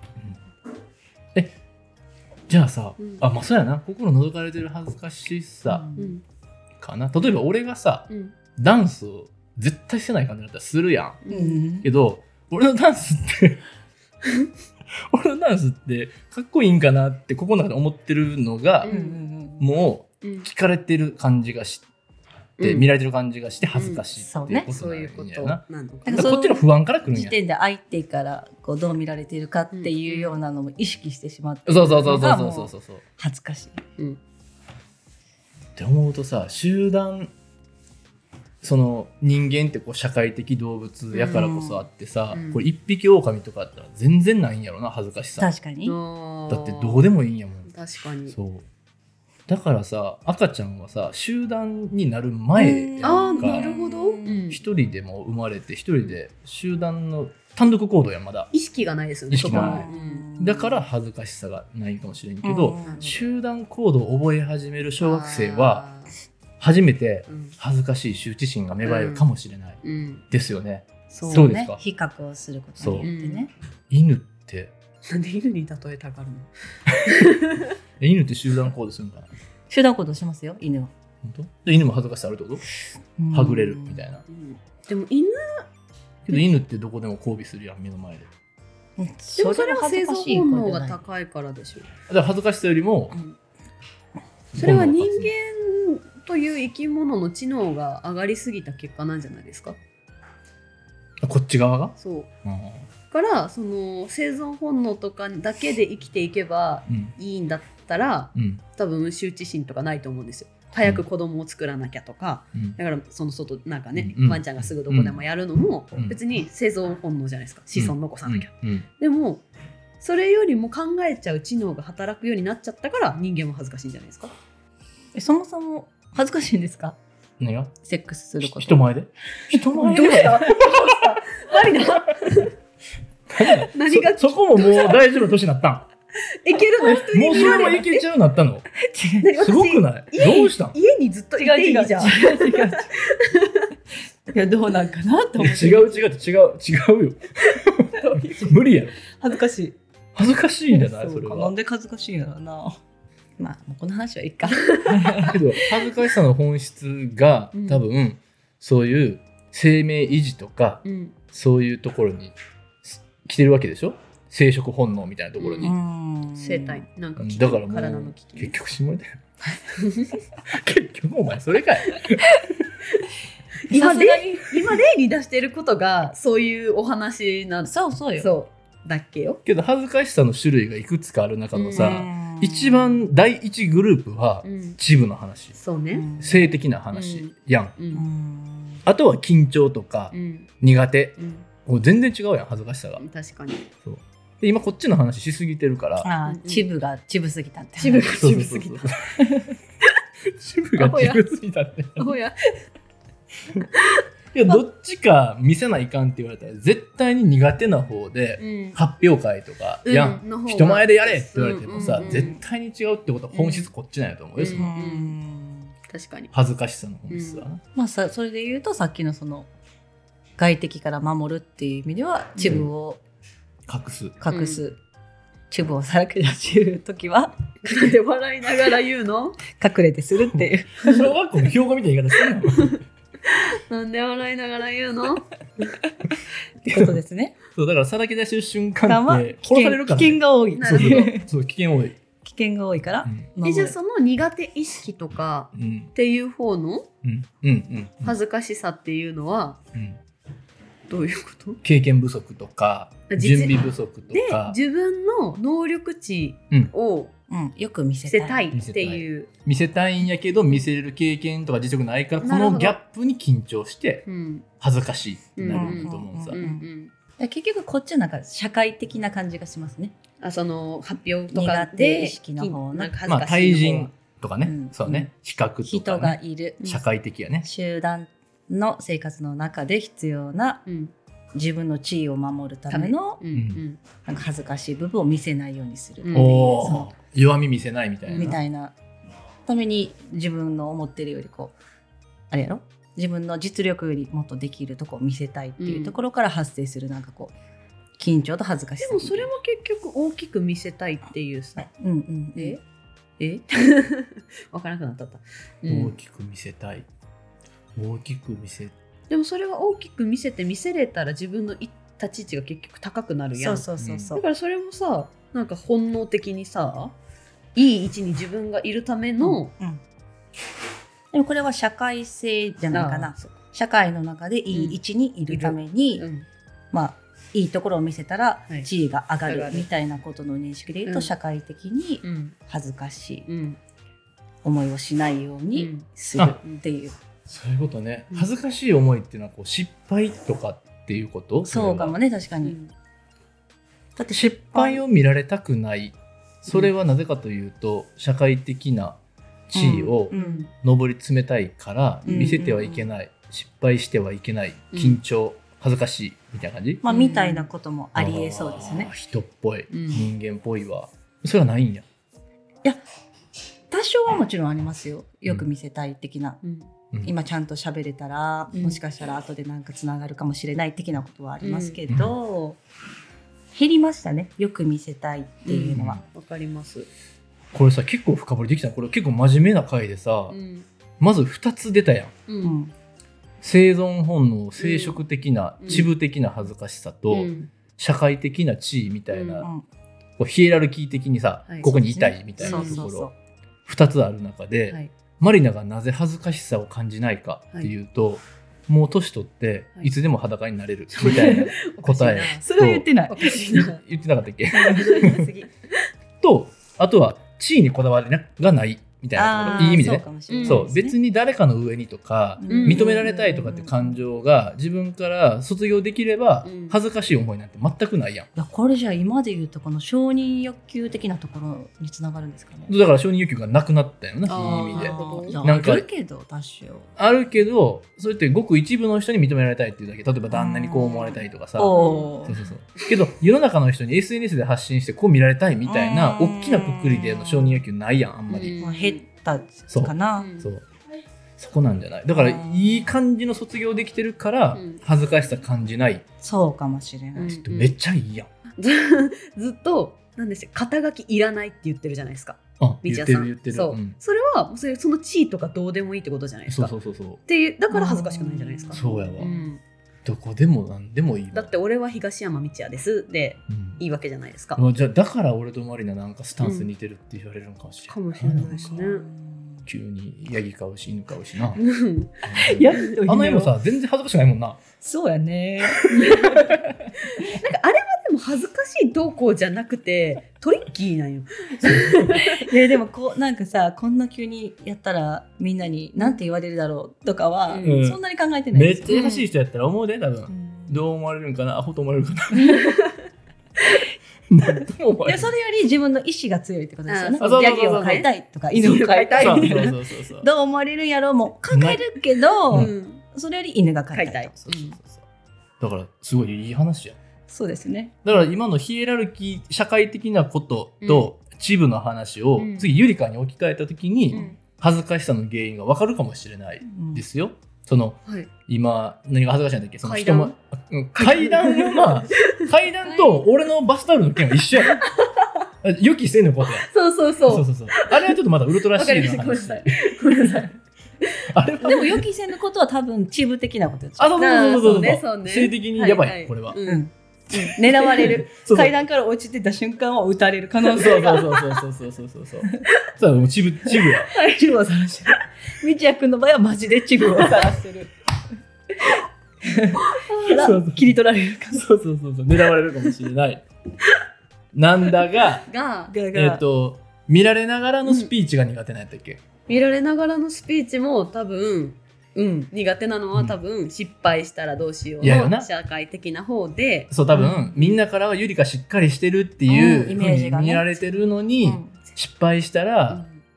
S2: じゃあさ
S3: うん
S2: あまあそうやな心覗かれてる恥ずかしさ
S3: うん
S2: かな例えば俺がさ
S3: うん
S2: ダンスを絶対してない感じだったらするやん
S1: う
S3: うん
S1: ん
S2: けど俺のダンスって 俺のダンスってかっこいいんかなってここの中で思ってるのが
S1: うんう、ん
S2: も
S3: うん
S2: 聞かれてる感じがして、
S3: うん
S2: 見られてる感じがして恥ずかしい
S1: うん
S2: っていうこと
S3: そう
S2: なん
S3: い
S2: や
S3: うこと
S2: な。
S3: なのか
S1: だか
S2: だからら
S1: そう
S2: こっちの不安から来るん
S1: 時
S2: や。
S1: 点で相手からこうどう見られているかっていうようなのも意識してしまって
S2: そうそうそうそうそうそう
S1: う
S2: そうそう。っ
S1: 恥ずかしい
S2: て思うとさ集団その人間ってこう社会的動物やからこそあってさ、
S3: うん
S2: これ一匹狼とかあったら全然ないんやろな恥ずかしさ。
S1: 確かに
S2: だってどうで
S3: も
S2: もいいんやもん。
S3: 確かに
S2: そうだからさ赤ちゃんはさ集団になる前や
S3: ああ
S2: んか
S3: なるほど、
S2: うん一人でも生まれて一人で集団の単独行動やんまだ
S3: 意識がないですよね
S2: 意識がない
S3: そこまでうん
S2: だから恥ずかしさがないかもしれんけど、
S1: うん
S2: 集団行動を覚え始める小学生は初めて
S3: あーうん
S2: 恥ずかしい羞恥心が芽生えるかもしれない、
S3: うん
S2: ですよね
S3: そ
S2: そうです
S1: ね
S2: か
S1: 比較をすることによってね
S2: 犬って
S3: なんで犬に例えたがるの
S2: え犬って集団行動するんかな
S1: 集団行動しますよ犬は、
S2: 本当で犬も恥ずかしさあるってこと
S1: うん
S2: はぐれるみたいな
S3: でも犬
S2: けど犬ってどこでも交尾するやん目の前で
S1: うん
S3: で
S1: そ
S3: もそれは生存本能が
S1: い
S3: 高いからでしょ
S2: だから恥ずかしさよりも
S3: うんそれは人
S2: 本能が勝つ
S3: 間という生き物の知能が上がりすぎた結果なんじゃないですか
S2: あこっち側が、
S3: そう
S2: うん
S3: からその生存本能とかだけで生きていけば
S2: うん
S3: いいんだったら
S2: うん
S3: 多分羞恥心とかないと思うんですよ早く子供を作らなきゃとか、
S2: うん
S3: だからその外なんかね、
S2: うん
S3: ワンちゃんがすぐどこでもやるのも
S2: うん
S3: 別に生存本能じゃないですか子孫残さなきゃ、
S2: うんうん
S3: でもそれよりも考えちゃう知能が働くようになっちゃったから人間も恥ずかしいんじゃないですか
S1: えそもそも恥ずかしいんですか
S2: 何が
S1: セックスすること
S2: 人前で人前で
S3: したマリナ何が
S2: そそこももう大丈夫年なったん
S3: いけるの人
S2: も
S3: に
S2: う
S3: 見
S2: そ
S3: ら
S2: れも
S3: れ
S2: い
S3: る
S2: けちゃうなったの
S1: 違う
S3: 何私
S2: すごくないどうしたん
S3: 家にずっといていいじゃ ん
S1: 違う違う違う違う いやどうなんかなと思って
S2: 違う違う違う違うよ無理やろ
S1: 恥ずかしい
S2: 恥ずかしいんじゃない
S1: そ
S2: そうれ
S1: か
S2: は
S1: なんで恥ずかしいんだろうなまあもうこの話はいいか
S2: けど恥ずかしさの本質が
S3: うん
S2: 多分そういう生命維持とか
S3: うん
S2: そういうところにす来てるわけでしょ生殖本能みたいなところに、
S3: 生体なんか
S2: うん
S3: 危機
S2: だからも
S3: 体の
S2: う
S3: 危機
S2: 結局下ネタや 結局お前それかい
S3: 今
S1: 今
S3: で
S1: で
S3: 今例に出してることがそういうお話なん
S1: そうそうよ
S3: そうだっけよ
S2: けど恥ずかしさの種類がいくつかある中の
S1: う
S2: さ、
S1: ん
S2: 一番第一グループは
S3: うん
S2: チブの話、
S3: そう
S1: う
S3: ね
S1: ん
S2: 性的な話やん、
S3: う
S1: うんん
S2: あとは緊張とか
S3: うん
S2: 苦手
S3: うん
S2: もう全然違うやん恥ずかしさが
S3: 確かに
S2: で今こっちの話しすぎてるから
S1: あ
S3: うん
S1: ーチブがチブすぎたって
S3: チブが
S2: そう
S3: チ
S2: そ
S3: ブ
S2: うそ
S3: す
S2: う
S3: ぎ た
S2: チブがチブすぎた って
S3: おや
S2: いやどっちか見せないかんって言われたら絶対に苦手な方で
S3: うん
S2: 発表会とかやん、
S3: の方が
S2: 人前でやれって言われてもさ、
S3: うんうんうん
S2: 絶対に違うってことは本質こっちなんやと思うよ、
S3: うん
S2: その
S1: うん
S3: 確かに
S2: 恥ずかしさの本質はな、
S1: まあさそれで言うとさっきのその外敵から守るっていう意味ではチブを
S2: 隠す
S1: 隠す、チブをさらけ出してる時は
S3: で笑いながら言うの
S1: 隠れてするっていう
S2: 小学校の標語みたいな言い方してんの
S3: なんで笑いながら言うの
S1: ってことですね。
S2: そうだからさらけ出してる瞬
S1: が
S2: 間
S1: ま
S2: って
S1: 危
S2: 殺さ
S1: 険
S2: れるから、
S1: 危険
S2: ね、
S1: が多い。
S3: な
S2: そう
S3: る
S2: そ
S3: ほ
S2: う
S3: ど
S2: そうそう危険多い、
S1: 危険が多いから
S2: う。ん
S1: 守
S3: え
S1: る
S3: じゃあその苦手意識とか
S2: うん
S3: っていう方の
S2: うんうんうん
S3: 恥ずかしさっていうのは
S2: うん
S3: どういうこと
S2: 経験不足とか
S3: 実
S2: 準備不足と
S3: で
S2: か
S3: 自分の能力値を
S1: うん、よく見せ
S3: 捨て
S1: た
S3: た
S1: い。
S3: いっていう、
S2: 見せたいんやけど見せれる経験とか実力ないからこ
S3: なるほど
S2: のギャップに緊張して
S3: うん
S2: 恥ずかしいってなるんだと思うさ、
S3: うんうん、
S1: いや結局こっちなんか社会的な感じがしますね。
S3: あその発表とか
S1: 苦
S3: で
S1: 手意識の方
S3: なんか恥
S2: ま
S3: ず
S2: あ
S3: かし
S2: 対
S3: いの方
S2: 人とかね、
S1: うん
S2: そうね比較とか、ね、
S1: 人がいる
S3: うん
S2: 社会的やね、
S1: 集団の生活の中で必要な
S3: うん
S1: 自分の地位を守るための
S3: うんうん
S1: なんか恥ずかしい部分を見せないようにするっていううん
S2: お
S1: そ
S2: お弱み見せないみたいな
S1: みたいなために自分の思ってるよりこうあれやろ自分の実力よりもっとできるとこを見せたいっていうところから発生するなんかこう緊張と恥ずかし
S3: で
S1: さ
S3: もそれは結局大きく見せたいっていうさ
S1: うんうん
S3: ええ わからなくなっちゃった、う
S2: 大
S3: ん、
S2: きく見せたい大きく見せ
S3: でもそれは大きく見せて見せれたら自分の立ち位置が結局高くなるや
S1: そ
S3: ん
S1: うそうそうそ
S3: だ
S1: う
S3: からそれもさなんか本能的にさいい位置に自分がいるための
S1: うんでもこれは社会性じゃないか
S3: あ
S1: な
S3: ー。そう
S1: 社会の中でいい位置にいるために、
S3: うん
S1: まあいいところを見せたら
S3: はい
S1: 地位が上が
S3: 上が
S1: る
S3: る
S1: みたいなことの認識で言うと、
S3: うん
S1: 社会的に
S3: うん
S1: 恥ずかしい
S3: うん
S1: 思いをしないよう
S3: う
S1: に
S3: ん
S1: するっていう、
S2: そういうことね
S3: うん
S2: 恥ずかしい思いっていうのはこう失敗とかっていうこと
S1: そうかもね確か
S3: う
S1: に、
S3: ん
S1: だって
S2: 失敗を見られたくないそれはなぜかというと社会的な地位を
S1: うんうん
S2: 上り詰めたいから
S1: うん
S2: 見せてはいけない、失敗してはいけない
S3: うん
S2: 緊張恥ずかしいみたいな感じ、
S1: まあ
S3: うん
S1: みたいなこともありえそうですね
S2: あー人っぽい、
S3: うん
S2: 人間っぽいはそれはないんや、
S1: 多少はもちろんありますよよく見せたい的な、
S3: うん
S2: うん
S1: 今ちゃんと喋れたら、
S3: うん
S1: もしかしたら後でなんかつながるかもしれない的なことはありますけど、減りましたねよく見せたいっていうのは、
S3: わかります
S2: これさ結構深掘りできたこれ結構真面目な回でさ、
S3: うん
S2: まず2つ出たやん
S3: う
S1: うん
S3: ん
S2: 生存本能生殖的な、
S3: うん
S2: 恥部的な恥ずかしさと、
S3: うん
S2: 社会的な地位みたいな、
S3: うん
S1: うん
S2: こうヒエラルキー的にさ、
S3: はい
S2: ここにいたいみたいな
S1: そう
S2: と
S1: そ
S2: こ
S1: うそ
S2: ろ
S1: う
S2: 2つある中で、
S3: はい
S2: マリナがなぜ恥ずかしさを感じないかっていうと、もう年取って
S3: はい
S2: いつでも裸になれるみたいな 答え
S3: おかしいな
S1: それは言ってない
S3: おかしいな
S2: 言ってなかったっけ
S3: 次
S2: とあとは地位にこだわりがないみたいなと
S1: あー
S2: ころいい意味でね
S1: そうかもしれないで
S3: ん
S1: す
S2: そ
S1: ね、
S2: う別に誰かの上にとか
S1: うん
S2: 認められたいとかって感情が自分から卒業できれば
S3: うん
S2: 恥ずかしい思いなんて全くないやん
S1: いやこれじゃあ今で言うとこの承認欲求的なところにつながるんですかね。
S2: だから承認欲求がなくなったよな
S3: あ
S2: い
S3: ー
S2: い意味で
S3: なるほど
S1: いや
S2: なんか
S1: あるけど多少
S2: あるけどそれってごく一部の人に認められたいっていうだけ例えば旦那にこう思われたいとかさ
S1: おー
S2: そうそうそうけど世の中の人に SNS で発信してこう見られたいみたいな
S1: うん
S2: 大きなくくりでの承認欲求ないやんあんまり、
S1: まあ減ったかな。
S3: うん
S2: そうそこなんじゃないだから
S1: うん
S2: いい感じの卒業できてるから
S3: うん
S2: 恥ずかしさ感じない
S1: そうかもしれない。
S2: ってめっちゃいいやん、
S3: ず ずっと何でした肩書きいらないって言ってるじゃないですか
S2: あ
S3: 道
S2: 言
S3: 屋
S2: って
S3: さ
S2: る
S3: ん
S2: 言ってる
S3: そう、
S2: ん
S3: それはもうそれその地位とかどうでもいいってことじゃないです
S2: そ
S3: か
S2: うそうそうそう
S3: っていうだから恥ずかしくないじゃないですか
S2: そうやわ、
S3: うん
S2: どこでもなんでもいいわ
S3: だって、俺は東山道也ですで
S2: うん
S3: いいわけじゃないですか
S2: うわじゃあだから俺とマリナなんかスタンス似てるって言われるのかもしれない、
S3: かもしれないですね
S2: 急にヤギ飼うし犬飼うしな
S3: うん
S2: あの絵もさ全然恥ずかしくないもんな
S1: そうやね。
S3: なんかあれはでも恥ずかしいどうこうじゃなくてトリッキーなんよ
S1: いやでもこうなんかさこんな急にやったらみんなになんて言われるだろうとかは、
S3: うん
S1: そんなに考えてない
S2: め
S1: で
S2: っ
S1: すよ。
S2: ちゃ優しい人やったら思うで多
S1: う
S2: 分、
S1: ん
S2: どう思われるんかなアホと思われるんかななんとも思わ
S1: い
S2: れ
S1: や
S2: る
S1: それより自分の意思が強いってことですよね。
S3: あ
S2: そうそうそう
S1: ギャギを飼いたいとか犬を飼いたい
S2: そう
S1: みたい
S2: そう
S1: な
S2: そうそうそう
S1: どう思われるんやろうも考えるけど、
S3: うん
S1: それより犬が飼
S3: 買
S1: い
S3: い
S1: た
S3: た
S1: い
S3: い
S1: と。
S2: そうそうそうだからすごいいい話や
S1: そうですね。
S2: だから今のヒエラルキー社会的なことと、チブの話を
S3: うん
S2: 次ユリカに置き換えた時に、
S3: うん
S2: 恥ずかしさの原因がわかるかもしれない
S1: うん
S2: ですよ、その
S3: はい
S2: 今何が恥ずかしいんだっけその
S3: 階
S2: 人
S3: 段
S2: もうん階段のまあ階段と俺のバスタオルの件は一緒や 予期せぬことや
S3: そうそう
S2: そうそう
S3: そう
S2: そうそうあれはちょっとまだウルトラシールの
S3: わかりま
S2: 話
S3: したごめんなさい
S2: あれは
S1: でも予期せぬことは多分チーム的なことです
S2: あそうそうそうそうそう
S3: あーそうねそうね
S2: 性的にやばい、
S3: はは
S2: これは、
S3: うん
S1: うん狙われる
S2: そうそう
S1: 階段から落ちてた瞬間は撃たれる可
S2: そ
S1: 能
S2: う
S1: 性が
S2: そうそうそうそうそうそうそうそうもうチブチブや
S1: チブを晒してる道也君の場合はマジでチブを晒してるだから切り取られる可能
S2: そうそうそうそう狙われるかもしれないなんだが
S3: が
S1: 性が
S2: えっ、と見られながらのスピーチが苦手なんやったっけ、
S3: 見られながらのスピーチも多分うん苦手なのは多分失敗したらどうしよう
S2: いやよ
S3: の
S2: な
S3: 社会的な方で
S2: そう多分、みんなからはゆりかしっかりしてるっていううんふ
S1: イ
S2: う
S1: メージ
S2: に
S1: がね
S2: 見られてるのに、
S1: うん
S2: 失敗した
S3: う
S2: ら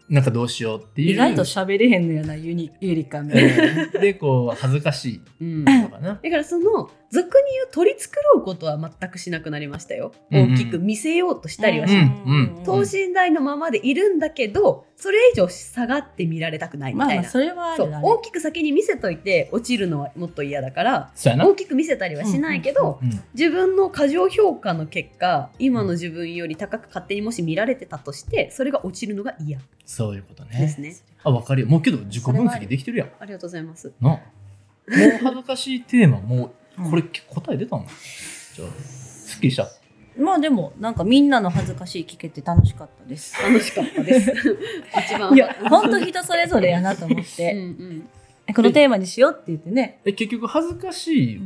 S3: ん
S2: なんかどうしようっていう
S1: 意外と喋れへんのやなユニユリカみたいな
S2: えーでこう恥ずかし
S3: うん
S2: いのかな
S3: だからその俗に言う取り繕うことは全くしなくなりましたよ
S2: うんうん
S3: 大きく見せようとしたりはし
S2: う
S3: ない、
S2: んうん
S3: 等身大のままでいるんだけどそれ以上下がって見られたくないみ
S1: まあ
S3: たい
S1: ま
S3: な、
S1: あそれはあ
S3: そ
S1: る
S3: う
S1: ある
S3: 大きく先に見せといて落ちるのはもっと嫌だから
S2: そうやな、う
S3: 大きく見せたりはしないけど、
S2: ん、
S3: 自分の過剰評価の結果今の自分より高く勝手にもし見られてたとしてそれが落ちるのが嫌
S2: そういうこと
S3: で
S2: ね
S3: すね。
S2: あ分かるよもうけど自己分析できてるやん
S3: ありがとうございます。
S2: なもう恥ずかしいテーマも
S1: うん
S2: うこれ答え出たのじゃあすっきりした
S1: まあでもなんかみんなの恥ずかしい聞けて楽しかったです。
S3: 楽しかった です。一番
S1: いや本当人それぞれやなと思っ
S3: うん
S1: て
S3: うん。
S1: このテーマにしようって言ってね、
S2: え結局恥ずかしい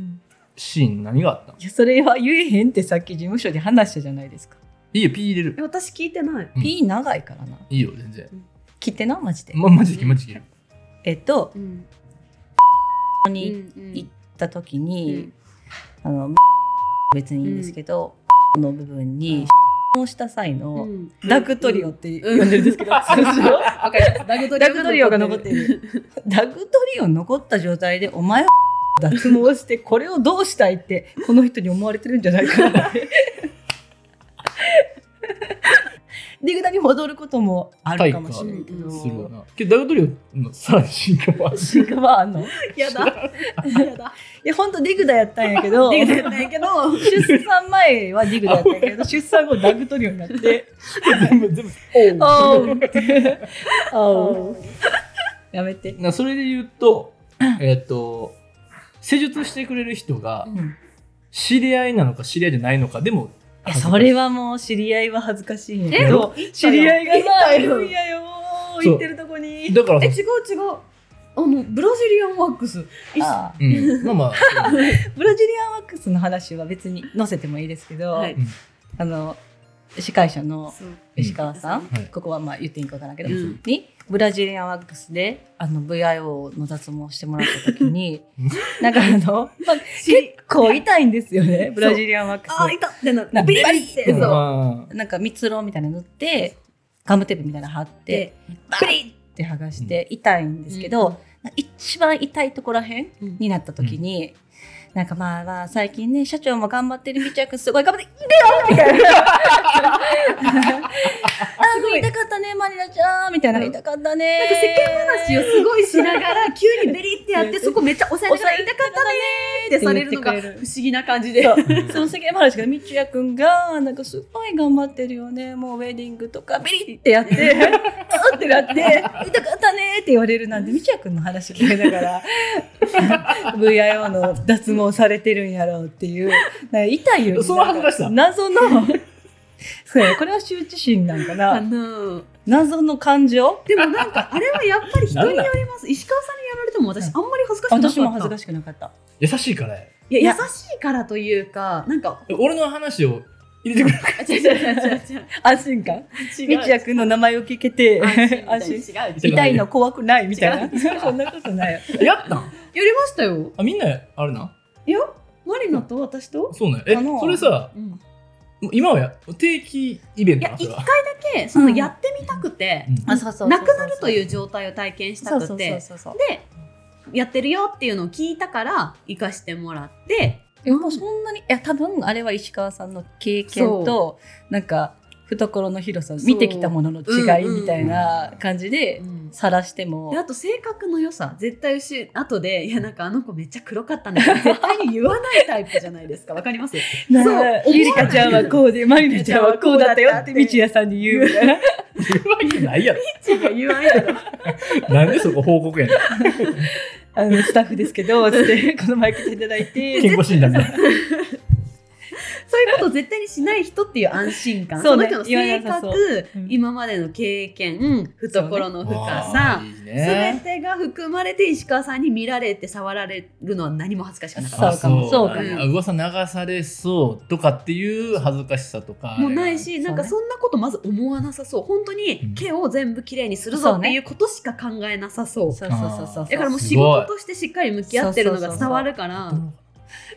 S2: シーン何があったの
S1: いやそれは言えへんってさっき事務所で話したじゃないですか。
S2: いいよ P 入れ
S3: え
S2: る
S3: 私聞いてない。
S2: うん
S1: P 長いからな。
S2: いいよ全然
S1: 切ってなマジで。
S2: まマジでマジで
S1: えっと
S3: うん。
S1: に行
S3: い
S1: った時に、あの別にいいんですけど、の部分に、をした際の、ダグトリオっ。て呼んでるんですけど、通
S3: うん
S1: 常
S3: わかります。ダグトリオ
S1: ダグトリオが残ってる。ダグトリオ残った状態でお前は脱毛してこれをどうしたいってこの人に思われてるんじゃないかな って。ディグダに戻ることもあるかもしれないけど。
S2: するわなけどダグトリオのさらに進化 は
S1: シグマあんのい
S3: やだ。やだ。
S1: や本当ディグダやったんやけ ど
S3: ダグトリオないけど。
S1: 出産前はディグダやったんやけど出産後ダグトリオになって
S2: 全部全部
S1: 「 おう」って「おう」やめて、
S2: なそれで言うとえっと施術してくれる人が
S1: うん、
S2: 知り合いなのか知り合いじゃないのかでも
S1: いやそれはもう知り合いは恥ずかしいんやけど知り合いがさ「いやよー行ってるとこに
S2: だから
S3: え、違う違う。あの、ブラジリアンワックス。」一緒
S1: あ
S2: うんまあまあ そう
S1: ーブラジリアンワックスの話は別に載せてもいいですけど、
S3: はい
S1: あの司会者の
S3: そう
S1: 石川さん、
S3: うん
S2: はい
S1: ここはまあ言っていいか分からんけど、
S3: うん
S1: にブラジリアンワックスであの VIO の脱毛してもらった時になんかあの、まあ、結構痛いんですよねブラジリアンワックス。
S3: あー、いたってなって。
S1: な
S3: ビリビリって。
S1: う
S3: そ
S1: ん
S3: う。
S2: あー
S1: なんか蜜ろみたいなの塗ってガムテープみたいなの貼って
S3: で
S1: プリンって剥がして痛いんですけど、一番痛いところらへん
S3: うん
S1: になった時に、なんかまあまあ最近ね社長も頑張ってるみちゃくすごい頑張って「いでよ!」みたいな「あー痛かったねマリナちゃん」みたいな「痛かったね」
S3: なんか世間話をすごいしながら急にベリってやってそこめっちゃ抑えながら痛かったねーってされるのが不思議な感じで
S1: そうその世間話からみちやくんがなんかすごい頑張ってるよねもうウェディングとかビリって やってうってなって痛かったねって言われるなんでみちやくんの話聞きなが ら VIO の脱毛されてるんやろうっていうなんか痛いより
S2: その恥ずかしさ
S1: 謎のそうやこれは羞恥心なんか
S3: あ
S1: な
S3: の
S1: 謎の感情
S3: でもなんかあれはやっぱり人によります石川さんにやられても私あんまり恥ずかしくなかった
S1: 私も恥ずかしくなかった
S2: 優しいからや
S3: いや優しいからというかなんか
S2: え俺の話を入れてくれる
S3: 違う違う違う違う
S1: 安心感
S3: 違
S1: み
S3: う
S1: ちやくんの名前を聞けて 安心
S3: 違う違う
S1: 痛いの怖くないみたい
S3: 違う違
S1: な
S3: う
S1: そんなことないよ
S2: やったん
S3: やりましたよ
S2: あみんなあれない
S3: やマリナと私と
S2: そうなんやえ
S1: あの
S2: それさ
S3: うん
S2: 今はや定期イベントなん
S3: いや
S2: それは
S3: でそのやってみたくて
S2: うん
S1: あそうそうそうそう
S3: なくなるという状態を体験した
S1: そ
S3: く
S1: うそう
S3: て
S1: そうそう
S3: でやってるよっていうのを聞いたから生かしてもらって
S1: でもうそんなにいや多分あれは石川さんの経験となんか懐の広さ
S3: そう
S1: 見てきたものの違いみたいな
S2: うん
S1: 感じで
S3: で
S1: 晒しても、
S3: あと性格の良さ絶対後後で「いやなんかあの子めっちゃ黒かったね」絶対に言わないタイプじゃないですかわかります
S1: な
S3: そう
S1: あゆりかちゃんはこうでまりなちゃんはこうだったよって道也さんに言うみたいな
S2: 言うわけないやろ
S3: 違う言わないだろ
S2: なんでそこ報告やねん
S1: あのスタッフですけどつ ってこの前来ていただいて
S2: 健康診断だ
S3: そういうことを絶対にしない人っていう安心感
S1: そ
S3: そうの
S1: ね
S3: 人の
S1: 言わ
S3: 性
S1: なさそ
S3: 格
S1: ううん
S3: 今までの経験懐の深
S2: わ
S3: さ
S2: あいい
S3: すべ
S2: ね
S3: てが含まれて石川さんに見られて触られるのは何も恥ずかしくなかった
S1: そうかも
S2: あ
S1: そう
S3: かも
S2: あ噂流されそうとかっていう恥ずかしさとか
S3: もうないし、なんか
S1: そ
S3: そんなことまず思わなさそう。本当に毛を全部きれいにする
S1: そ
S3: ぞ
S1: う
S3: っ
S1: ね
S3: ていうことしか考えなさそう。
S1: そうそうそうそう
S3: だからもう
S2: すごい
S3: 仕事としてしっかり向き合ってるのが
S1: そうそうそうそう
S3: 伝わるから、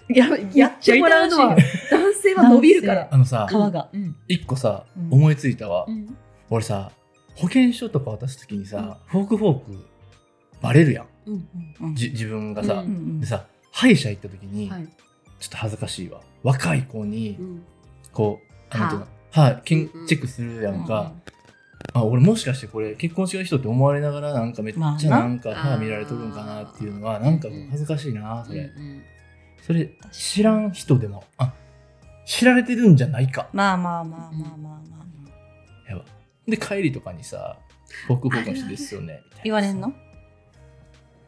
S1: や
S3: やってもらうのは男性は伸びるから。
S2: あのさ
S1: 皮が、
S3: うん
S2: 一個さ
S1: うん
S2: 思いついたわ
S3: うん
S2: 俺さ保険証とか渡す時にさフォークフォークバレるやん
S3: うん
S1: うん
S2: じ自分がさ
S3: う
S1: うんうん
S2: でさ歯医者行った時に、
S3: はい
S2: ちょっと恥ずかしいわ若い子に
S3: うん
S2: こう、あ
S3: 歯
S2: なんていうの歯けん
S3: うんうん
S2: チェックするやんか、あ俺もしかしてこれ結婚してる人って思われながらなんかめっ
S1: まあ
S2: ちゃ
S1: な
S2: なんか歯見られとるんかなっていうのは
S3: ー
S2: なんかこう恥ずかしいなそれ、
S3: うん
S2: それ知らん人でもあ知られてるんじゃないか
S1: まあまあまあまあまあまあ、
S2: やばで帰りとかにさ「僕僕の人ですよね」みたいな
S1: 言われんの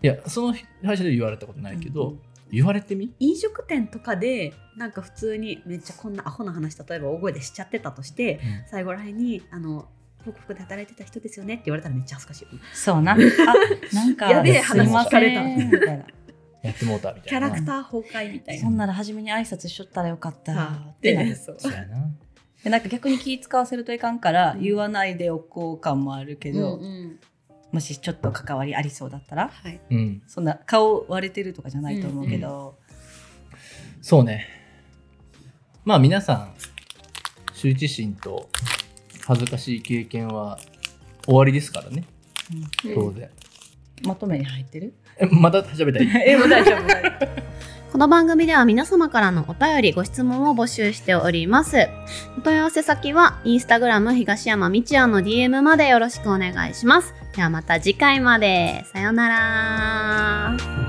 S2: いやその歯医者で言われたことないけど、
S1: うん
S2: 言われてみ
S3: 飲食店とかでなんか普通にめっちゃこんなアホな話例えば大声でしちゃってたとして最後らへんにあの広告で働いてた人ですよねって言われたらめっちゃ恥ずかしい
S1: そう な。あ、なんか、
S3: やべえ
S1: すいま
S3: 話聞かれた
S1: せんみたいな。
S2: やってもうたみたいな
S3: キャラクター崩壊みたい
S1: そ
S3: なん
S1: なら初めに挨拶しとったらよかった
S3: さあ
S1: って
S3: で
S1: なる。
S3: そう
S2: そうやな
S1: でなんか逆に気使わせるといかんから
S3: うん
S1: 言わないでおこう感もあるけ
S3: うん
S1: ど、
S3: うん
S1: もしちょっと関わりありそうだったら
S3: はい
S2: うん
S1: そんな顔割れてるとかじゃないと思うけど、
S2: そうねまあ皆さん羞恥心と恥ずかしい経験は終わりですからね
S1: うん
S2: 当然、
S1: まとめに入って る
S2: えまた喋ったらいい
S1: えもう大丈夫大丈夫
S3: この番組では皆様からのお便りご質問を募集しておりますお問い合わせ先はインスタグラム東山みちやの DM までよろしくお願いしますではまた次回までさようなら